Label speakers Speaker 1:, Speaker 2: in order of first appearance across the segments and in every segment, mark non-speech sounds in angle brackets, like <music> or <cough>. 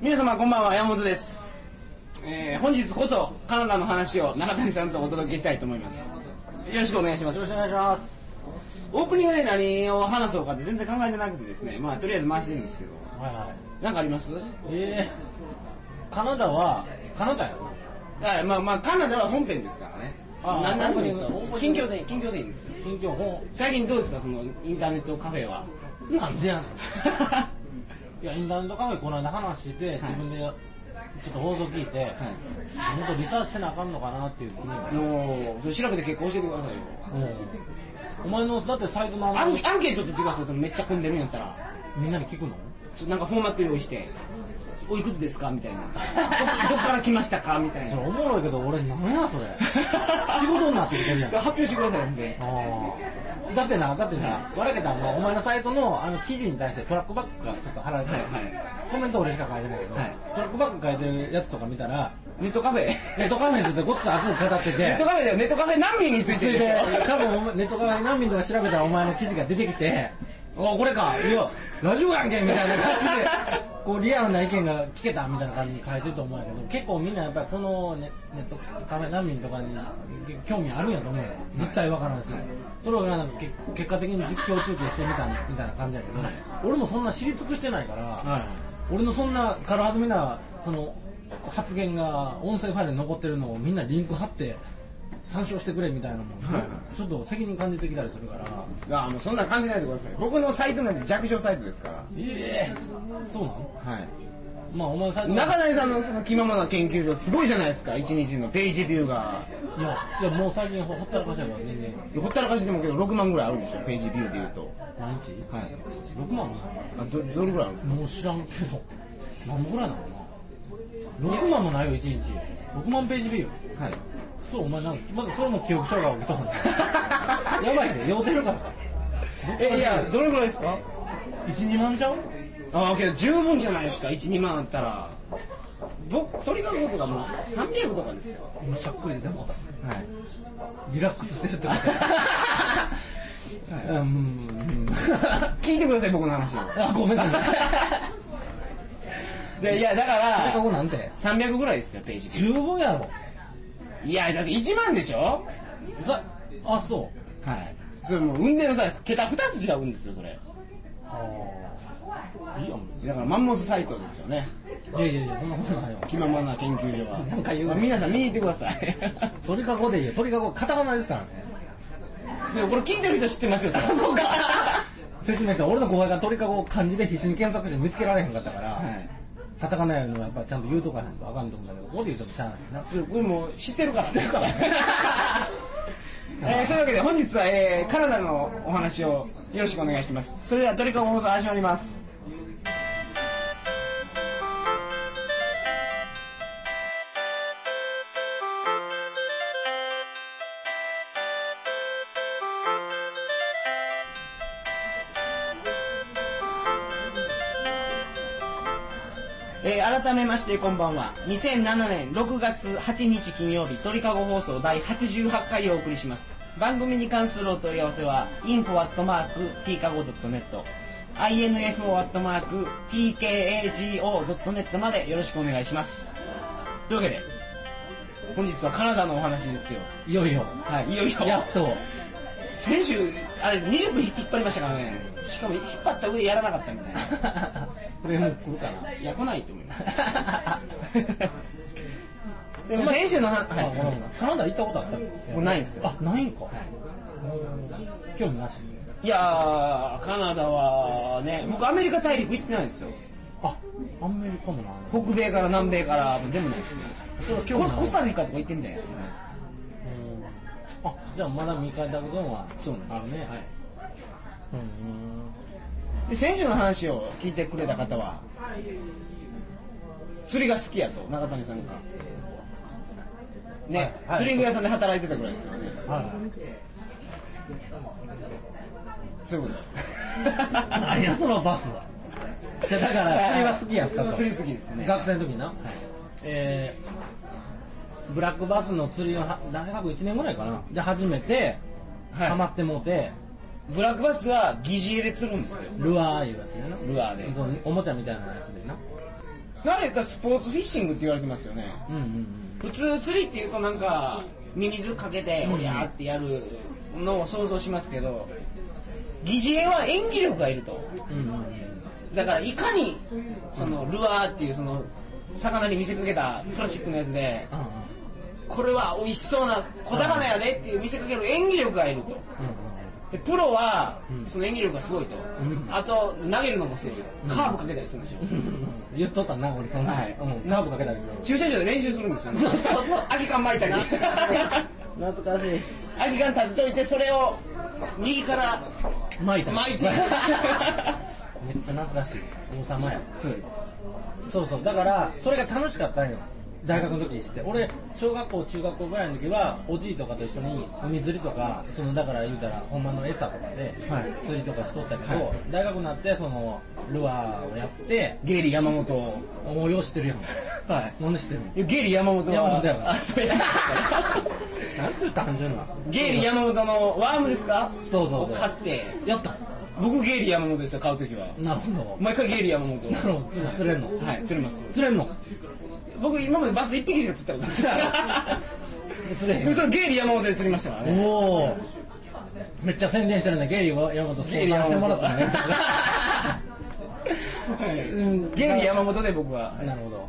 Speaker 1: 皆様こんばんは山本です、えー本日こそカナダの話を中谷さんとお届けしたいと思いますよろしくお願いします
Speaker 2: よろしくお願いします。
Speaker 1: オープニングで何を話そうかって全然考えてなくてですねまあとりあえず回してるんですけど
Speaker 2: はいはい。
Speaker 1: 何かあります
Speaker 2: えー、カナダは、カナダよ。
Speaker 1: あまあまあカナダは本編ですからね
Speaker 2: あー
Speaker 1: ななんでもいいですよ
Speaker 2: オープニ
Speaker 1: 近
Speaker 2: ング
Speaker 1: 況で近況でいいんですよ
Speaker 2: 近況本。
Speaker 1: 最近どうですかそのインターネットカフェ
Speaker 2: <laughs>
Speaker 1: は
Speaker 2: なんでやねん。いや、インターネットカフェこの間話して、自分でちょっと放送聞いて、もっとリサーチせなあかんのかなっていう気になる
Speaker 1: もう調べて結構教えてくださいよ
Speaker 2: お前の、だってサイズのあ
Speaker 1: ア
Speaker 2: の
Speaker 1: ンアンケート取ってくださいめっちゃ混んでるんやったら
Speaker 2: みんなに聞くの
Speaker 1: ちょなんかフォーマット用意して「おいくつですか?」みたいな「どどっから来ましたか?」みたい
Speaker 2: そ
Speaker 1: <laughs>
Speaker 2: れ
Speaker 1: な
Speaker 2: おもろいけど、俺なんやそれ。 <laughs> 仕事になってきてるやん
Speaker 1: そ。れ発表してくださいんで
Speaker 2: あーだってな、だってな、悪けたのはお前のサイトのあの記事に対してトラックバックがちょっと貼られて、
Speaker 1: はいはい
Speaker 2: コメント俺しか書いてないけど、
Speaker 1: はい
Speaker 2: トラックバック書いてるやつとか見たら、
Speaker 1: ネットカフェ
Speaker 2: ネットカフェについてごっつ熱く語って
Speaker 1: ネ <laughs> ッ
Speaker 2: て
Speaker 1: ト、カフェだよネットカフェ難民につい
Speaker 2: つ
Speaker 1: て
Speaker 2: い
Speaker 1: でしてょ、
Speaker 2: 多分お前ネットカフェに何人とか調べたらお前の記事が出てきて、おこれか、いや、ラジオやんけみたいな感じで、こうリアルな意見が聞けたみたいな感じに書いてると思うんやけど、結構みんなやっぱりこのネネットカフェ難民とかに興味あるんやと思うよ。実態わからんし。それをなんかけ結果的に実況中継してみたみたいな感じやけど、俺もそんな知り尽くしてないから、俺のそんな軽はずみなその発言が音声ファイルに残ってるのをみんなリンク貼って参照してくれみたいなもん、ちょっと責任感じてきたりするから
Speaker 1: ああもうそんな感じないでください僕のサイトなんて弱小サイトですから
Speaker 2: ええそうなの
Speaker 1: はい
Speaker 2: まあお前のサイト
Speaker 1: 中谷さんのその気ままな研究所すごいじゃないですか一日のページビューが
Speaker 2: いやいやもう最近ほったらかしやから年々
Speaker 1: ほったらかしでもけど6万ぐらいあるでしょページビューでいうと
Speaker 2: 毎日
Speaker 1: はい
Speaker 2: 6万もな
Speaker 1: あどどれぐらいあるんです
Speaker 2: いもう知らんけど何本ぐらいなのかな6万もないよ1日6万ページビュー
Speaker 1: かはい
Speaker 2: そうお前なんまだそれも記憶障害起き <laughs> とんのやばいね酔うてるから
Speaker 1: えいやどれぐらいですか
Speaker 2: 12万ちゃう
Speaker 1: ああけど十分じゃないですか12万あったら僕鳥が僕がもう300とかですよ
Speaker 2: 今しゃっくりでもうた
Speaker 1: はい
Speaker 2: リラックスしてるってことや <laughs> うんうん
Speaker 1: 聞いてください僕の話を
Speaker 2: <laughs> あごめん <laughs> ごめん
Speaker 1: でいやだから
Speaker 2: ここなんて
Speaker 1: 300ぐらいですよページ
Speaker 2: 十分やろ
Speaker 1: いやだって1万でしょ
Speaker 2: さあそ
Speaker 1: はいそれもう運転のさ桁2つ違うんですよそれ
Speaker 2: うああいいやん
Speaker 1: だからマンモスサイトですよね
Speaker 2: いやいやいやそんなことないよ
Speaker 1: 気ままな研究所は
Speaker 2: なんか言うな
Speaker 1: 皆さん見に行ってくださ
Speaker 2: <laughs>
Speaker 1: い
Speaker 2: 鳥かごでいいよ鳥かごカタカナですからね
Speaker 1: それこれ聞いてる人知ってますよそれ
Speaker 2: そうか説明した俺の後輩が鳥かごを漢字で必死に検索して見つけられへんかったから、
Speaker 1: はい
Speaker 2: カタカナやのはやっぱちゃんと言うとかなんとあかんと思うんだけどここで言うとしゃあないな
Speaker 1: それこれもう知ってるから知ってるから <laughs> えー、そういうわけで本日は、えー、カナダのお話をよろしくお願いしますそれではトリカゴ放送始まりますえー改めましてこんばんは2007年6月8日金曜日鳥かご放送第88回をお送りします番組に関するお問い合わせは info.tkago.net info.tkago.net までよろしくお願いしますというわけで本日はカナダのお話ですよ
Speaker 2: いよいよ
Speaker 1: はいいよいよ
Speaker 2: やっと
Speaker 1: 先週あれです20分引っ張りましたからねしかも引っ張った上でやらなかったみたいな
Speaker 2: <laughs> これもう来るかない
Speaker 1: や来ないと思い
Speaker 2: <laughs>
Speaker 1: ますでも先週の話、
Speaker 2: あごめんごめんカナダ行ったことあった
Speaker 1: もうないですよ
Speaker 2: あないんか、うん興味なし
Speaker 1: いやーカナダはね僕アメリカ大陸行ってないんですよ
Speaker 2: あアメリカもな
Speaker 1: 北米から南米から全部ないですね
Speaker 2: それは興味
Speaker 1: コス
Speaker 2: ない
Speaker 1: コスタリカとか行ってんじゃないですかね
Speaker 2: うんあじゃあまだ未開拓ゾーンは
Speaker 1: そうなんです
Speaker 2: あるね
Speaker 1: はい
Speaker 2: うん
Speaker 1: で先週の話を聞いてくれた方は釣りが好きやと中谷さんがね、
Speaker 2: はいはい
Speaker 1: 釣り具屋さんで働いてたぐらいですよね
Speaker 2: はい
Speaker 1: そういうことです
Speaker 2: 何やそのバスじゃあだから釣りは好きやったと
Speaker 1: 釣り好きですね
Speaker 2: 学生の時にな、えーブラックバスの釣りをは大学1年ぐらいかなで初めて
Speaker 1: はい
Speaker 2: ハマってもうて
Speaker 1: ブラックバスは疑似餌で釣るんですよ
Speaker 2: ルアーいうやつでな
Speaker 1: ルアーで
Speaker 2: そうおもちゃみたいなやつでな
Speaker 1: 慣れたスポーツフィッシングって言われてますよね
Speaker 2: うんうんうん
Speaker 1: 普通釣りっていうとなんかミミズかけておりゃーってやるのを想像しますけど擬似餌は演技力がいると
Speaker 2: うんうん
Speaker 1: だからいかにそのルアーっていうその魚に見せかけたプラスチックのやつで
Speaker 2: うん
Speaker 1: これは美味しそうな小魚やねっていう見せかける演技力がいると
Speaker 2: う
Speaker 1: でプロは
Speaker 2: うん
Speaker 1: その演技力がすごいと、
Speaker 2: うん
Speaker 1: あと投げるのもすごいカーブかけたりするんですよ、
Speaker 2: んうんうん言っとったな俺そんな、
Speaker 1: はい
Speaker 2: うん、カーブかけたけど
Speaker 1: 駐車場で練習するんですよね
Speaker 2: そうそうそう
Speaker 1: 空き缶巻いたり
Speaker 2: 懐かしい懐かしい
Speaker 1: 空き缶立てといてそれを右から
Speaker 2: 巻いた
Speaker 1: 巻いて
Speaker 2: めっちゃ懐かしい王様や
Speaker 1: そうです
Speaker 2: そうそうだからそれが楽しかったんよ大学の時して俺小学校中学校ぐらいの時はおじいとかと一緒に海釣りとかそのだから言うたらほんまの餌とかで
Speaker 1: はい
Speaker 2: 釣りとかしとったけど、
Speaker 1: は
Speaker 2: 大学になってそのルアーをやって
Speaker 1: ゲイリー山本
Speaker 2: おおよう知ってるやん
Speaker 1: はい
Speaker 2: なんで知ってるの
Speaker 1: いやゲイリー山本は
Speaker 2: 山本やから
Speaker 1: あそうや
Speaker 2: なんていう単純な
Speaker 1: ゲイリー山本のワームですか
Speaker 2: そうそうそ
Speaker 1: を
Speaker 2: う
Speaker 1: 買って
Speaker 2: やった
Speaker 1: 僕ゲイリー山本ですよ買う時は
Speaker 2: んなるほ
Speaker 1: 毎回ゲイリー山
Speaker 2: どなるほど釣釣れんの、
Speaker 1: 本はい釣れます
Speaker 2: 釣れんの
Speaker 1: 僕今までバス一匹しか釣ったことない
Speaker 2: 釣れへ
Speaker 1: で
Speaker 2: ん
Speaker 1: も <laughs> それゲイリー山本で釣りましたからね
Speaker 2: おおめっちゃ宣伝してるねゲイリーは山本スポンサーしてもらったね
Speaker 1: はい
Speaker 2: うん
Speaker 1: ゲイリー山本で僕は
Speaker 2: <laughs> なるほど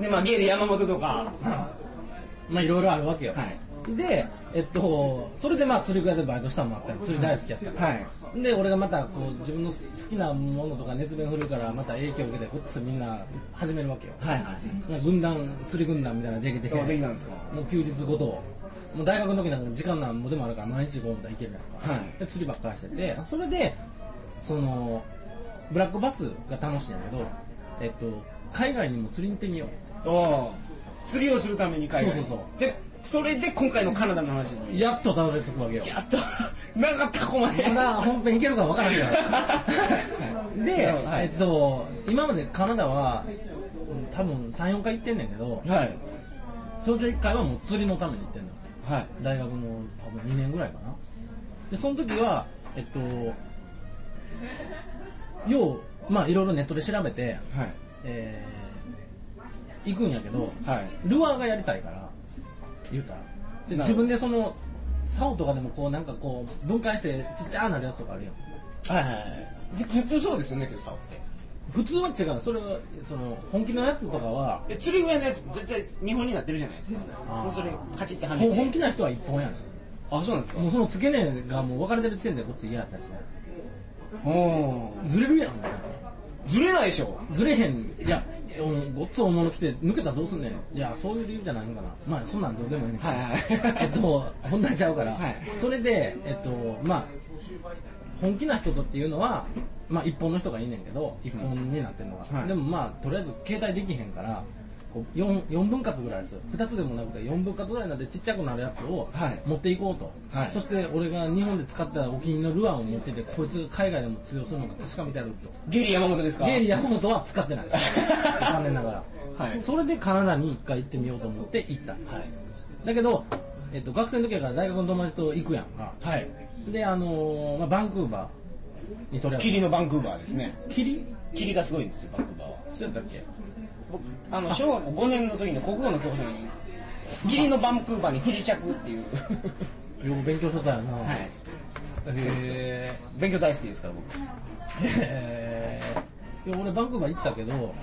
Speaker 1: でまあゲイリー山本とか
Speaker 2: まあいろいろあるわけよ、
Speaker 1: はい
Speaker 2: でえっとそれでまあ釣り具屋でバイトしたのもあったよ釣り大好きやったか
Speaker 1: はい
Speaker 2: らで俺がまたこう自分の好きなものとか熱弁振るからまた影響を受けてこっちみんな始めるわけよ
Speaker 1: はい
Speaker 2: なんか軍団釣り軍団みたいなのできてきて
Speaker 1: どうできたんですか
Speaker 2: もう休日ごともう大学の時なんか時間なんぼでもあるから毎日ゴールド行けるやんか、
Speaker 1: はい
Speaker 2: で釣りばっかりしててそれでそのブラックバスが楽しいんやけど、えっと、海外にも釣りに行ってみよう
Speaker 1: おー釣りをするために海外に
Speaker 2: そうそうそう
Speaker 1: でそれで今回のカナダの話に
Speaker 2: やっとたどり着くわけよ
Speaker 1: やっとなんかったこまで
Speaker 2: まだ本編いけるか分からんけどで、
Speaker 1: <laughs> はい
Speaker 2: えっと、今までカナダはうん多分34回行ってんねんけど
Speaker 1: はい
Speaker 2: そのうち1回はもう釣りのために行ってんのよ
Speaker 1: はい
Speaker 2: 大学の多分2年ぐらいかなでその時はえっとようまあいろいろネットで調べて、
Speaker 1: はい
Speaker 2: えー行くんやけど
Speaker 1: はい
Speaker 2: ルアーがやりたいから言うたらで
Speaker 1: なる
Speaker 2: 自
Speaker 1: ほど
Speaker 2: 分でその竿とかでもこうなんかこう分解してちっちゃなるやつとかあるやん
Speaker 1: はいはい普通そうですよねけどさって
Speaker 2: 普通は違うそれはその本気のやつとかは
Speaker 1: え釣り具屋のやつ絶対見本になってるじゃないですか
Speaker 2: あー
Speaker 1: もうそれカチッてはめ
Speaker 2: ほ
Speaker 1: て
Speaker 2: ん本気な人は一本やね
Speaker 1: あそうなんです
Speaker 2: んもうその付け根がもう分かれてる時点でこっち嫌やったしね
Speaker 1: おおー
Speaker 2: ずれるやんみたいな
Speaker 1: ずれないでしょ
Speaker 2: ずれへんいやうんごっつ大物来て抜けたらどうすんねんいやそういう理由じゃないんかなまあそんなんどうでもいいねんけど
Speaker 1: はいはい
Speaker 2: <laughs> えっと本題ちゃうから、
Speaker 1: はい
Speaker 2: それでえっとまあ本気な人とっていうのはまあ一本の人がいいねんけど一本になってんのが、
Speaker 1: はい
Speaker 2: でもまあとりあえず携帯できへんからこう 4, 四分割ぐらいですよ2つでもなくて4分割ぐらいなんでちっちゃくなるやつを
Speaker 1: はい
Speaker 2: 持っていこうと、
Speaker 1: はい
Speaker 2: そして俺が日本で使ったお気に入りのルアーを持っててこいつ海外でも通用するのか確かめてやると
Speaker 1: ゲイリー山本ですか
Speaker 2: ゲイリー山本は使ってない
Speaker 1: <laughs>
Speaker 2: 残念ながら、
Speaker 1: はい
Speaker 2: それでカナダに一回行ってみようと思って行った、
Speaker 1: はい
Speaker 2: だけど、えっと、学生の時やから大学の友達と行くやんか
Speaker 1: はい
Speaker 2: であのーまあ、バンクーバーにとりあえず
Speaker 1: 霧のバンクーバーですね
Speaker 2: 霧
Speaker 1: 霧がすごいんですよバンクーバーは
Speaker 2: そうやったっけ
Speaker 1: 僕あの小学校5年の時の国語の教科書に霧のバンクーバーに不時着っていう
Speaker 2: よく勉強しとったよな、
Speaker 1: はい
Speaker 2: へ
Speaker 1: 勉強大好きですから僕
Speaker 2: ーへーいや俺バンクーバー行ったけど、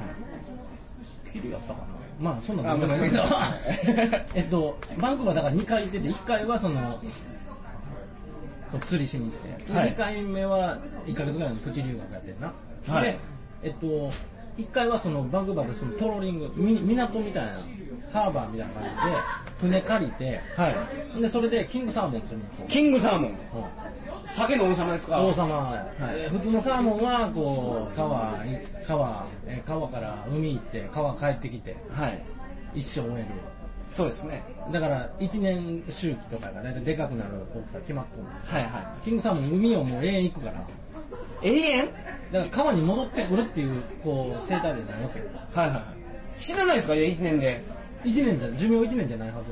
Speaker 2: 霧やったかなまあそんな
Speaker 1: あ
Speaker 2: んどうでもいいけど
Speaker 1: ごめんなさい
Speaker 2: <laughs> えっとバンクーバーだから2回行ってて1回はそのそう釣りしに行って、
Speaker 1: はい
Speaker 2: 2回目は1か月ぐらいのプチ留学やってんな、
Speaker 1: はい
Speaker 2: でえっと1回はそのバンクーバーでそのトローリングみ港みたいなハーバーみたいな感じで船借りて
Speaker 1: はい
Speaker 2: でそれでキングサーモン釣りに行こ
Speaker 1: キングサーモン
Speaker 2: う、うん
Speaker 1: 酒の王様ですか
Speaker 2: 王様や、えー普通のサーモンはこう川に川えー川から海行って川帰ってきて
Speaker 1: はい
Speaker 2: 一生終え
Speaker 1: そうですね
Speaker 2: るだから1年周期とかが大体でかくなる大きさ決まっとる
Speaker 1: はいは
Speaker 2: キングサーモン海をもう永遠行くから
Speaker 1: い永遠
Speaker 2: だから川に戻ってくるっていうこう生態でないわけよ
Speaker 1: はいはい死なないですかじゃあ1年で
Speaker 2: 1年じゃ寿命1年じゃないはず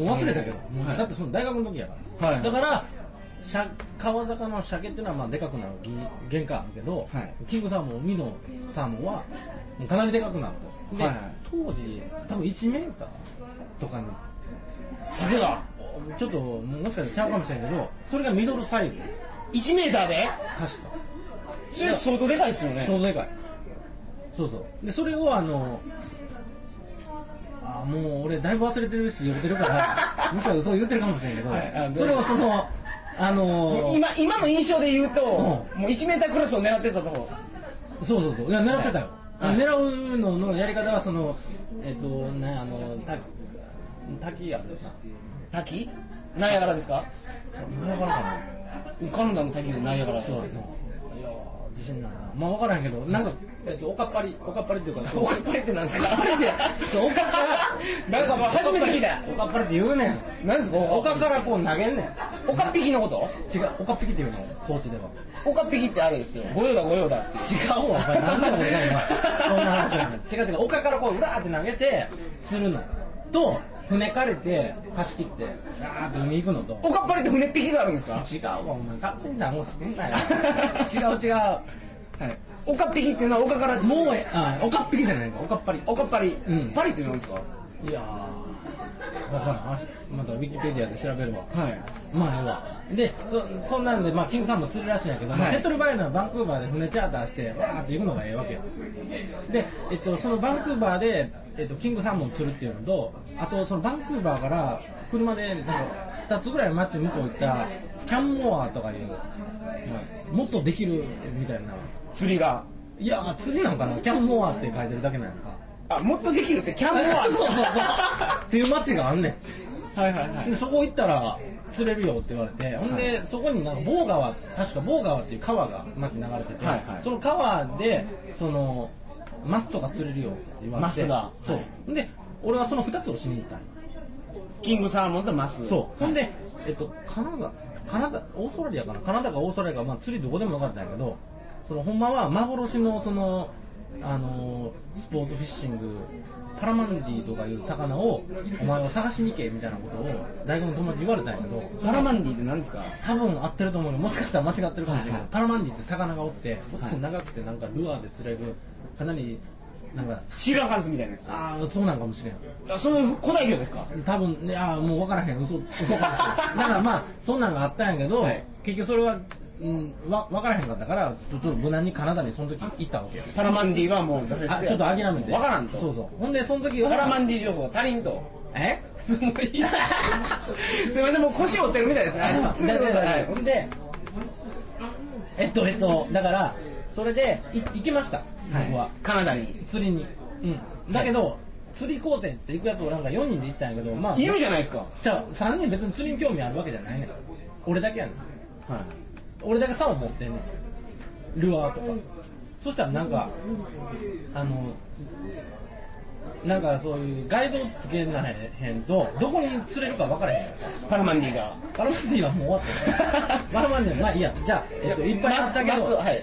Speaker 2: やもう忘れたけど、
Speaker 1: んはい
Speaker 2: だってその大学の時やから、
Speaker 1: はい
Speaker 2: だからしゃ川魚の鮭っていうのはまあでかくなるぎ限界あるけど、
Speaker 1: はい
Speaker 2: キングサーモン海のサーモンはかなりでかくなったで、
Speaker 1: はい
Speaker 2: 当時多分1メーターとかに
Speaker 1: 酒だ
Speaker 2: ちょっともしかしたらちゃうかもしれないけどそれがミドルサイズ
Speaker 1: 1メーターで
Speaker 2: 確か
Speaker 1: それ相当でかいですよね
Speaker 2: 相当でかいそうそうでそれをあのあーもう俺だいぶ忘れてるし言ってるか
Speaker 1: <laughs>
Speaker 2: らむしろそう言ってるかもしれないけど、
Speaker 1: はいあの
Speaker 2: それをそのあのー
Speaker 1: 今今の印象で言うと、も
Speaker 2: う
Speaker 1: う1メータークラスを狙ってたとこ
Speaker 2: そうそうそういや狙ってたよ、
Speaker 1: はい
Speaker 2: 狙うののやり方はそのえっ、とねあのた滝やで
Speaker 1: 滝ナイアガラですか
Speaker 2: 何やからかな
Speaker 1: ウガンダの滝でナイアガラ
Speaker 2: そうやないやー自信ないなまあ分からへんけどなんか、えっとおかっぱ <laughs> りおかっぱりっていうか
Speaker 1: オカパレってなんですか
Speaker 2: <laughs> おかっぱりってそうおかっぱ
Speaker 1: なんかもう初めて聞いた
Speaker 2: おかっぱりって言うねん
Speaker 1: 何ですか
Speaker 2: お
Speaker 1: オ
Speaker 2: か
Speaker 1: カ
Speaker 2: からこう投げんねん
Speaker 1: オカピキのこと
Speaker 2: 違うおかっぴきって言うの高知では
Speaker 1: オカピキってあれですよご用だご用だって
Speaker 2: 違うわお前何なのこれな今 <laughs> そんな話やねん違う違うおかからこううらーって投げて釣るのと船借りて貸し切ってガーって海行くのと
Speaker 1: オカパレって船っ引きがあるんですか
Speaker 2: 違うわお前勝手に何もすんなよ <laughs> 違う違
Speaker 1: はいオカピキっていうのはオカから
Speaker 2: うもうえあおかっぴきじゃないですおかっぱり
Speaker 1: オカパリ、
Speaker 2: うん
Speaker 1: パリってなんですか
Speaker 2: いやー、わからんあし、またウィキペディアで調べるわ。
Speaker 1: はい
Speaker 2: まあ、ええわ。で、そそんなんで、まあ、キングさんも釣るらしいんやけど、まあ
Speaker 1: はい
Speaker 2: 手っ取り早いのはバンクーバーで船チャーターして、わーって行くのがええわけよ。で、えっと、そのバンクーバーで、えっと、キングサーモン釣るっていうのと、あと、そのバンクーバーから、車で、なんか、2つぐらい街向こう行った、キャンモアとかいう、もっとできるみたいな。
Speaker 1: 釣りが
Speaker 2: いや、まあ釣りなんかな、キャンモアって書いてるだけなんやんか。
Speaker 1: あもっとできる <laughs> ってキャンモア
Speaker 2: そうそうそう。
Speaker 1: は
Speaker 2: っていう街があんね
Speaker 1: い
Speaker 2: ん。
Speaker 1: はいは
Speaker 2: でそこ行ったら釣れるよって言われてほんで、そこになんか棒川確か棒川っていう川が町に流れてて、
Speaker 1: はいはい
Speaker 2: その川でそのマスとか釣れるよって言われて
Speaker 1: マスが
Speaker 2: そう、
Speaker 1: は
Speaker 2: で俺はその2つをしに行ったんよ
Speaker 1: キングサーモンとマス
Speaker 2: そうほんで、えっと、カナダカナダオーストラリアかなカナダかオーストラリアか、まあ、釣りどこでもよかったんやけどそのほんまは幻のそのあのースポーツフィッシングパラマンジーとかいう魚をお前は探しに行けみたいなことを大学の友達に言われたんやけど
Speaker 1: パラマンディって何ですか
Speaker 2: 多分合ってると思うよもしかしたら間違ってるかもしれない、
Speaker 1: はいはい
Speaker 2: パラマンディって魚がおってこっち長くてなんかルアーで釣れるかなりなんか
Speaker 1: シーラカンスみたいなやつ
Speaker 2: ああそうなんかもしれん
Speaker 1: あその古代魚ですか
Speaker 2: 多分ねあーもう分からへん嘘嘘かもしれんだからまあそんなんがあったんやけど、
Speaker 1: はい
Speaker 2: 結局それは、うん、わ分からへんかったからちょっと無難にカナダにその時行ったわけよ
Speaker 1: パラマンディはもう挫折
Speaker 2: あちょっと諦めて
Speaker 1: わからんと
Speaker 2: そうそうほんでその時は
Speaker 1: パラマンディ情報が足りんとも
Speaker 2: <laughs> え
Speaker 1: ういいすいませんもう腰折ってるみたいですね
Speaker 2: あ
Speaker 1: 続けてくださいはい
Speaker 2: ほんでえっとえっとだからそれでい行きましたそこは、
Speaker 1: カナダに
Speaker 2: 釣りに、うん、だけど、釣り行こうぜって行くやつをなんか4人で行ったんやけどまあ
Speaker 1: いるじゃないですか
Speaker 2: じゃあ3人別に釣りに興味あるわけじゃないねん俺だけやねん俺だけ竿持ってんねんルアーとかそしたらなんかあのなんかそういうガイドつけなへんとどこに釣れるか分からへんやん
Speaker 1: パラマンディが
Speaker 2: バラマンディはもう終わったよ
Speaker 1: <laughs>
Speaker 2: バラマンディはまあいいやじゃあ、えっと、いっぱいあったけ
Speaker 1: マスマス
Speaker 2: ど、
Speaker 1: はい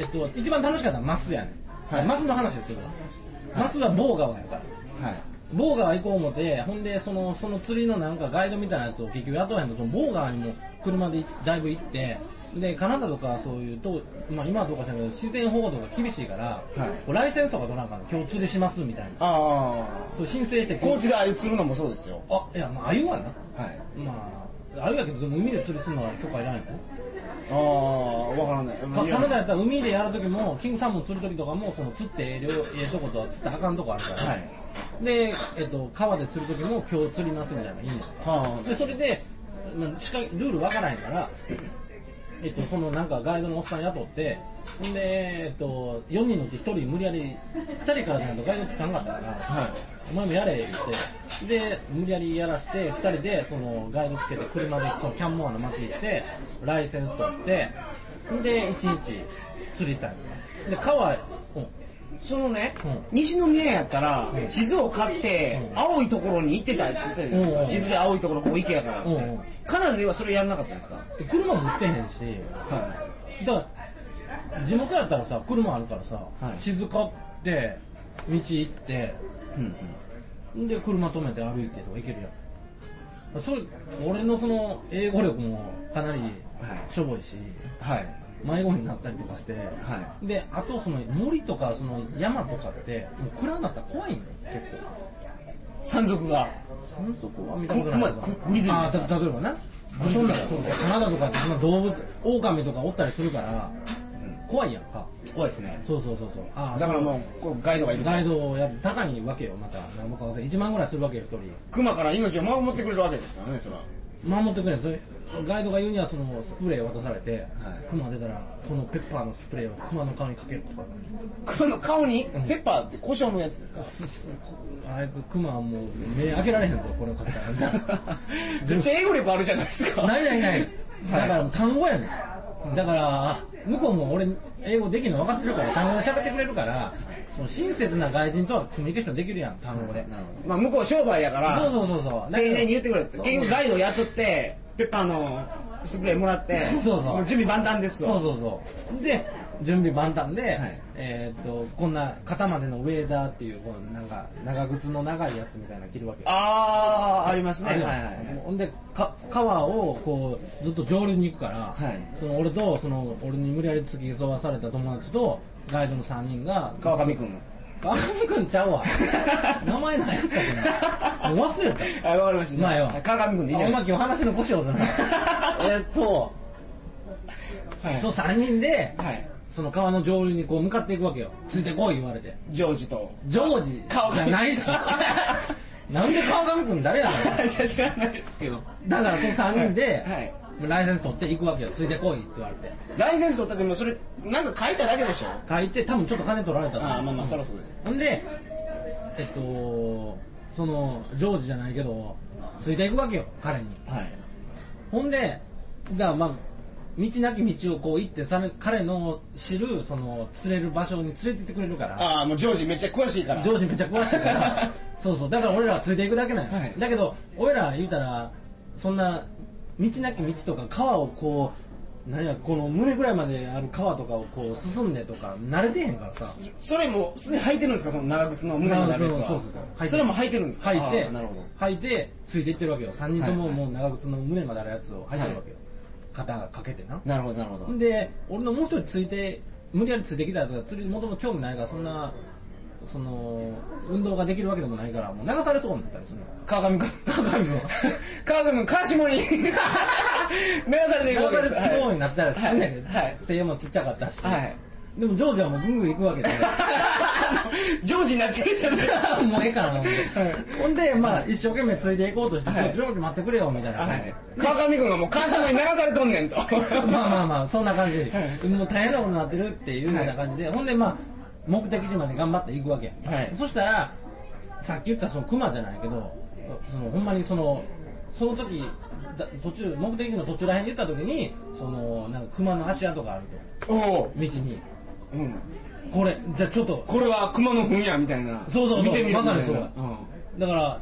Speaker 2: えっと、一番楽しかったのはマスやねん、
Speaker 1: はい
Speaker 2: マスの話ですよマスは棒川やから
Speaker 1: はい
Speaker 2: ボーガー行こう思て、ほんでそのその釣りのなんかガイドみたいなやつを結局雇わへんと、そのボーガーにも車でだいぶ行って、でカナダとかそういうと、まあ、今はどうかしらんけど、自然保護とか厳しいから、こうライセンスとか取らんから、今日釣りしますみたいな、
Speaker 1: あ
Speaker 2: そう申請して、
Speaker 1: あ高知でああいう釣るのもそうですよ
Speaker 2: あいや、まあ、あゆはな、
Speaker 1: はい
Speaker 2: まあ、あゆやけど、でも海で釣りするのは許可いらないの
Speaker 1: ああわからない
Speaker 2: かカナダ
Speaker 1: は
Speaker 2: やったら海でやるときも、キングサーモン釣るときとかも、その釣ってええ量ええとことは釣ったらあかんとこあるから、
Speaker 1: い
Speaker 2: で、えっと、川で釣るときも、今日釣りますみたいな、いいの。
Speaker 1: は
Speaker 2: でそれで、まあ、しかルールわからへんから、えっと、そのなんかガイドのおっさん雇ってほんで、えっと、4人のうち1人無理やり2人からじゃないとガイドつかんかったから、
Speaker 1: あはい
Speaker 2: お前もやれ言ってで無理やりやらして2人でそのガイドつけて車でそのキャンモアの街行ってライセンス取ってで1日釣りしたんよで川、うん、
Speaker 1: そのね、
Speaker 2: うん
Speaker 1: 西宮やったら
Speaker 2: うん
Speaker 1: 地図を買って、
Speaker 2: うん
Speaker 1: 青いところに行ってたって言ってたじゃないですか
Speaker 2: うん
Speaker 1: 地図で青いところここ行けやから、
Speaker 2: うんうん
Speaker 1: カナダではそれやらなかったんですか
Speaker 2: で車も売ってへんし
Speaker 1: は
Speaker 2: だから地元やったらさ車あるからさ、
Speaker 1: はい
Speaker 2: 地図買って道行って
Speaker 1: い、うんうん、
Speaker 2: で車止めて歩いてとか行けるやんそれ俺のその英語力もかなり
Speaker 1: はい
Speaker 2: しょぼいし、
Speaker 1: はい
Speaker 2: 迷子になったりとかして、
Speaker 1: は
Speaker 2: であとその森とかその山とかってもう暗くなったら怖いんよ結
Speaker 1: 山賊が
Speaker 2: 構山賊は見たことない
Speaker 1: ククマクグリズリー
Speaker 2: あ
Speaker 1: ですか
Speaker 2: ーた例えばなそんなそうカナダとかってそんな動物狼とかおったりするから、怖いやんか
Speaker 1: 怖いですね
Speaker 2: そうそうそうそうあー
Speaker 1: だからもうこうガイドがいる
Speaker 2: ガイドをやる高いわけよまた何ぼか忘れ1万ぐらいするわけよ一人
Speaker 1: クマから命を守ってくれるわけですからねそれは
Speaker 2: 守ってくれんそれガイドが言うにはそのスプレー渡されて、
Speaker 1: はい
Speaker 2: クマ出たらこのペッパーのスプレーをクマの顔にかけるとか
Speaker 1: クマの顔にペッパーって胡椒のやつですか
Speaker 2: すすあいつクマはもう目開けられへんぞこれをかけたらみたい <laughs> な
Speaker 1: めっちゃ英語力あるじゃないですか
Speaker 2: ないないない
Speaker 1: はい
Speaker 2: だから単語やねんだから向こうも俺英語できるの分かってるから単語で喋ってくれるからその親切な外人とはコミュニケーションできるやん単語で、
Speaker 1: まあ向こう商売やから
Speaker 2: そうそうそうそう
Speaker 1: 丁寧に言ってくれって
Speaker 2: そう
Speaker 1: 結局ガイドを雇ってペッパーのスプレーもらって
Speaker 2: そうそうそう
Speaker 1: も準備万端ですわ
Speaker 2: そうそうそうで準備万端で、
Speaker 1: はい
Speaker 2: えーっとこんな肩までのウェーダーっていうこのなんか長靴の長いやつみたいなの着るわけよ
Speaker 1: ああありますね
Speaker 2: あ
Speaker 1: は
Speaker 2: る
Speaker 1: い
Speaker 2: よ
Speaker 1: はいはい
Speaker 2: ほんでか川をこうずっと上流に行くから、
Speaker 1: はい
Speaker 2: その俺とその俺に無理やり付き添わされた友達とガイドの3人が
Speaker 1: 川上君
Speaker 2: 川上君ち
Speaker 1: <laughs>
Speaker 2: ゃうわ名前何やったっけなもう忘れた
Speaker 1: あわかりました
Speaker 2: まあよ
Speaker 1: 川上君でいいじゃ
Speaker 2: お
Speaker 1: な
Speaker 2: ま
Speaker 1: い
Speaker 2: けお話の腰
Speaker 1: <laughs>
Speaker 2: をだなえーっと
Speaker 1: はい
Speaker 2: その3人で
Speaker 1: はい
Speaker 2: その川の上流にこう向かっていくわけよついてこい言われて
Speaker 1: ジョージ <laughs> と
Speaker 2: ジョージ
Speaker 1: 川上
Speaker 2: じゃないしなんで川上君誰やねん
Speaker 1: 知らないですけど
Speaker 2: だからその3人で、
Speaker 1: はいはい
Speaker 2: ライセンス取って行くわけよついてこいって言われて
Speaker 1: ライセンス取ったってもうそれなんか書いただけでしょ
Speaker 2: 書いて多分ちょっと金取られた
Speaker 1: ああまあまあそ
Speaker 2: れ
Speaker 1: りゃそうです
Speaker 2: ほんでえっとそのジョージじゃないけどついていくわけよ彼に
Speaker 1: はい
Speaker 2: ほんでだからまあ道なき道をこう行ってさ彼の知るその釣れる場所に連れて行ってくれるから
Speaker 1: ああもうジョージめっちゃ詳しいから
Speaker 2: ジョージめっちゃ詳しいから
Speaker 1: <laughs>
Speaker 2: そうそうだから俺らはついていくだけなんよ、
Speaker 1: はい
Speaker 2: だけど俺ら言うたらそんな道なき道とか川をこう何やこの胸ぐらいまである川とかをこう進んでとか慣れてへんからさ
Speaker 1: それもすでに履いてるんですかその長靴の胸になるやつは
Speaker 2: そうそうそうそう
Speaker 1: それも履いてるんですか
Speaker 2: 履い
Speaker 1: あ
Speaker 2: て
Speaker 1: あなるほど
Speaker 2: 履いてついていってるわけよ3人とも
Speaker 1: はい
Speaker 2: もう長靴の胸まであるやつを履いてるわけよ、肩かけてな
Speaker 1: なるほどなるほど
Speaker 2: で俺のもう一人ついて無理やりついてきたやつが釣りもともと興味ないからそんなその運動ができるわけでもないからもう流されそうになったりするの
Speaker 1: 川上君
Speaker 2: 川上君
Speaker 1: 川上君川下に流されていく
Speaker 2: 流
Speaker 1: わけ
Speaker 2: さ
Speaker 1: で
Speaker 2: れ
Speaker 1: す
Speaker 2: そうになったらすんねんけど、
Speaker 1: はいはい
Speaker 2: 声優もちっちゃかったし、
Speaker 1: はい
Speaker 2: でもジョージはもうぐんぐん行くわけで
Speaker 1: <laughs> ジョージになってきちゃった
Speaker 2: もうええかな思ってほんでまあ一生懸命ついていこうとして、
Speaker 1: はい
Speaker 2: ちょジョージ待ってくれよみたいな感じで、
Speaker 1: 川上君がもう川下に流されとんねんと
Speaker 2: まあまあまあそんな感じで、
Speaker 1: はい
Speaker 2: もう大変なことになってるっていうような感じで、ほんでまあ目的地まで頑張って行くわけやんか、
Speaker 1: はい
Speaker 2: そしたらさっき言ったそのクマじゃないけどそのほんまにそのその時だ途中目的地の途中らへんに言った時にそのなんかクマの足跡がある
Speaker 1: おお
Speaker 2: と道に
Speaker 1: う、うん、
Speaker 2: これじゃあちょっと
Speaker 1: これは熊の糞やみたいな
Speaker 2: そうそうそう
Speaker 1: 見てみる
Speaker 2: まさにそう
Speaker 1: みたいな
Speaker 2: だから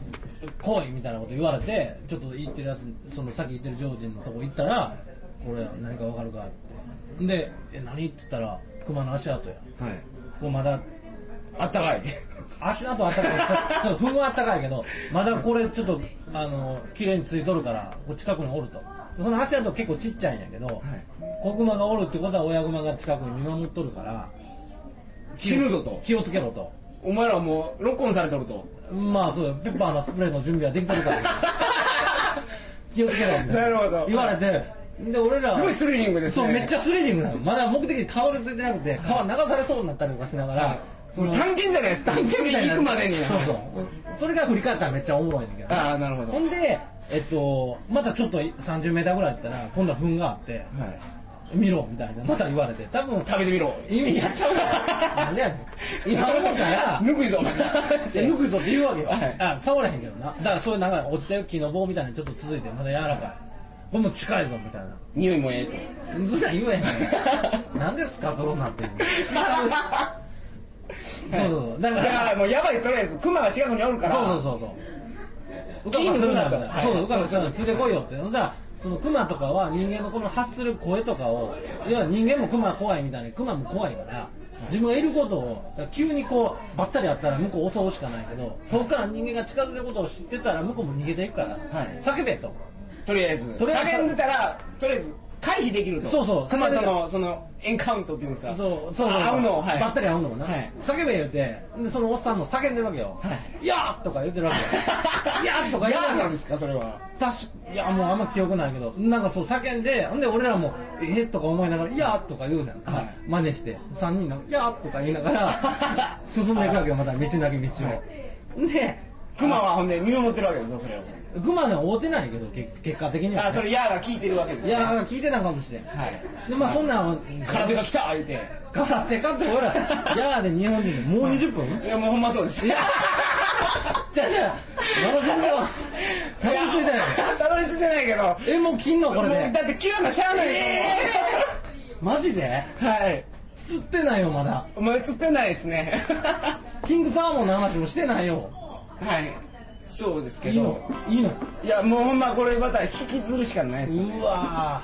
Speaker 2: 来いみたいなこと言われてちょっと言ってるやつそのさっき言ってるジョージのとこ行ったらこれ何かわかるかってで「え何?」って言ったら「熊の足跡や
Speaker 1: うんはい
Speaker 2: こうまだ
Speaker 1: あったかい
Speaker 2: 足跡あったかい <laughs> そうふんはあったかいけどまだこれちょっとあの綺麗についとるからこう近くにおるとその足跡結構ちっちゃいんやけど、子熊がおるってことは親熊が近くに見守っとるから
Speaker 1: 死ぬぞと
Speaker 2: 気をつけろと
Speaker 1: お前らはもうロックオンされとると
Speaker 2: まあそうよペッパーのスプレーの準備はでき
Speaker 1: <laughs>
Speaker 2: てるから気をつけろみたいな
Speaker 1: なるほど
Speaker 2: 言われてで俺ら
Speaker 1: すごいスリリングですね
Speaker 2: そうめっちゃスリリングなのまだ目的地たどり着いてなくて川流されそうになったりとかしながら、その
Speaker 1: 探検じゃないですか
Speaker 2: 探検みたい
Speaker 1: 釣り
Speaker 2: な
Speaker 1: 行くまでに
Speaker 2: そうそうそれが振り返ったらめっちゃおもろいんだけど
Speaker 1: ああなるほど
Speaker 2: ほんでえっとまたちょっと3 0ーターぐらい行ったら今度は糞があって
Speaker 1: はい
Speaker 2: 見ろみたいなまた言われて多分
Speaker 1: 食べてみろ
Speaker 2: 意味やっちゃう
Speaker 1: <laughs>
Speaker 2: からなんでやねん <laughs> 今思ったら
Speaker 1: ぬく
Speaker 2: <laughs>
Speaker 1: いぞ
Speaker 2: で抜くぞって言うわけよ、
Speaker 1: はい
Speaker 2: あ触れへんけどなだからそういうなんか落ちてる木の棒みたいなのちょっと続いてまだ柔らかいこれも近いぞみたいな
Speaker 1: 匂いもええと <laughs>
Speaker 2: 普段言えへんねんなんでスカトロになって <laughs> るのそうそうそうだか
Speaker 1: だかららもうやばいとりあえずクマが近くにおるから
Speaker 2: そうそうそうそううかうかするなみたいな
Speaker 1: キング
Speaker 2: そ
Speaker 1: だと
Speaker 2: うそううかうかするな連れてこいよってそしたらそのクマとかは人間のこの発する声とかを要は人間もクマ怖いみたいにクマも怖いから自分がいることを急にこうばったりあったら向こう襲うしかないけど遠くから人間が近づいてることを知ってたら向こうも逃げていくから、
Speaker 1: はい
Speaker 2: 叫べと
Speaker 1: とりあえず
Speaker 2: とりあえず
Speaker 1: 叫んでたらとりあえず回避できると
Speaker 2: そうそう
Speaker 1: 熊とのそのエンカウントっていうんですか
Speaker 2: そうそうそう
Speaker 1: あ会うのをはい
Speaker 2: ばったり会うのをな、
Speaker 1: はい
Speaker 2: 叫べ言うてでそのおっさんも叫んでるわけよ「、
Speaker 1: はい
Speaker 2: やー!」とか言ってる
Speaker 1: <laughs>
Speaker 2: わけよ「いやー!」とか言
Speaker 1: 嫌
Speaker 2: うわけ
Speaker 1: なんですかそれは
Speaker 2: 確かいやもうあんま記憶ないけどなんかそう叫んでほんで俺らも「えっ?」とか思いながら「いや!」とか言うじゃんか、
Speaker 1: はい
Speaker 2: 真似して3人の「いや!」とか言いな
Speaker 1: <laughs>
Speaker 2: がら進んでいくわけよまた道なき道を、で
Speaker 1: 熊はほんで見守ってるわけですよそれを
Speaker 2: 熊ね会うてないけど結結果的には、
Speaker 1: あそれ嫌が聞いてるわけです
Speaker 2: い
Speaker 1: ね
Speaker 2: やー聞いてないかもしれん
Speaker 1: はい
Speaker 2: でまあそんなん
Speaker 1: 空手が来た言うて
Speaker 2: 空手かって
Speaker 1: <laughs>
Speaker 2: ほら「いやー」で日本人でもう20分、
Speaker 1: いやもうほんまそうです
Speaker 2: いや
Speaker 1: <laughs>
Speaker 2: じゃあじゃあまだ全然たどり
Speaker 1: や <laughs> たど
Speaker 2: 着いてない
Speaker 1: り着いてないけど
Speaker 2: えもう切んのこれ
Speaker 1: もうだ
Speaker 2: で
Speaker 1: って切らなしゃあないです
Speaker 2: マジで
Speaker 1: もんはい
Speaker 2: 釣ってないよまだ
Speaker 1: お前映ってないですね <laughs>
Speaker 2: キングサーモンの話もしてないよ
Speaker 1: はいそうですけ
Speaker 2: い
Speaker 1: ど
Speaker 2: いのいいの
Speaker 1: いやもうほんまこれまた引きずるしかないですね
Speaker 2: うわ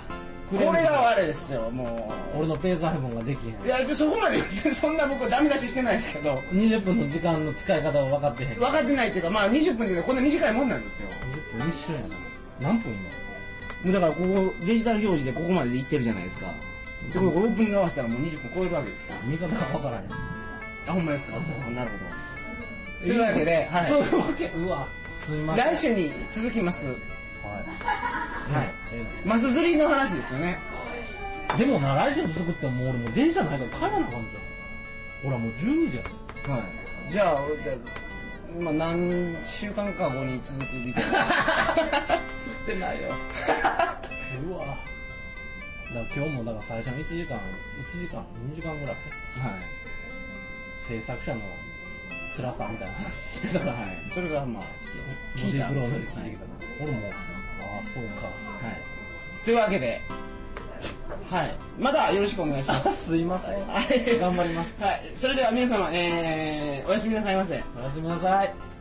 Speaker 1: こ
Speaker 2: ー
Speaker 1: れが悪いですよも
Speaker 2: 俺のペース配分ができへん
Speaker 1: うい <laughs> やそそこまでそんな僕はダメ出ししてないですけど
Speaker 2: 20分の時間の使い方は分かってへん
Speaker 1: 分かってないっていうかまあ20分っていうかこんな短いもんなんですよ
Speaker 2: 20分一瞬やな何分今
Speaker 1: だからここデジタル表示でここまでいってるじゃないですかでこれオープニング合わせたらもう20分超えるわけですよ
Speaker 2: 見方が分からへん
Speaker 1: あほんまですかなるほどそういうわけで、はい
Speaker 2: そういうわけうわすいません
Speaker 1: <laughs> 来週に続きます
Speaker 2: はい、
Speaker 1: はい
Speaker 2: ええ
Speaker 1: マス釣りの話ですよね
Speaker 2: でもな来週続くってもう俺もう電車ないから帰らなあかんじゃんほらもう12時や
Speaker 1: はいじゃあまあ何週間か後に続くみたい <laughs> な
Speaker 2: 釣ってないようわだから今日もだから最初の1時間1時間2時間ぐらい
Speaker 1: は
Speaker 2: 制作者の辛さみたいな話してたから、
Speaker 1: い、それがまあ
Speaker 2: 聞
Speaker 1: 聞
Speaker 2: い
Speaker 1: い
Speaker 2: た
Speaker 1: た
Speaker 2: ブロー
Speaker 1: は
Speaker 2: ド
Speaker 1: い
Speaker 2: で聞いてきたな俺もああそうか
Speaker 1: というわけではいまたよろしくお願いします <laughs>
Speaker 2: あすいません、
Speaker 1: はい
Speaker 2: 頑張ります
Speaker 1: はいそれでは皆様、えー、おやすみなさいませ
Speaker 2: おやすみなさい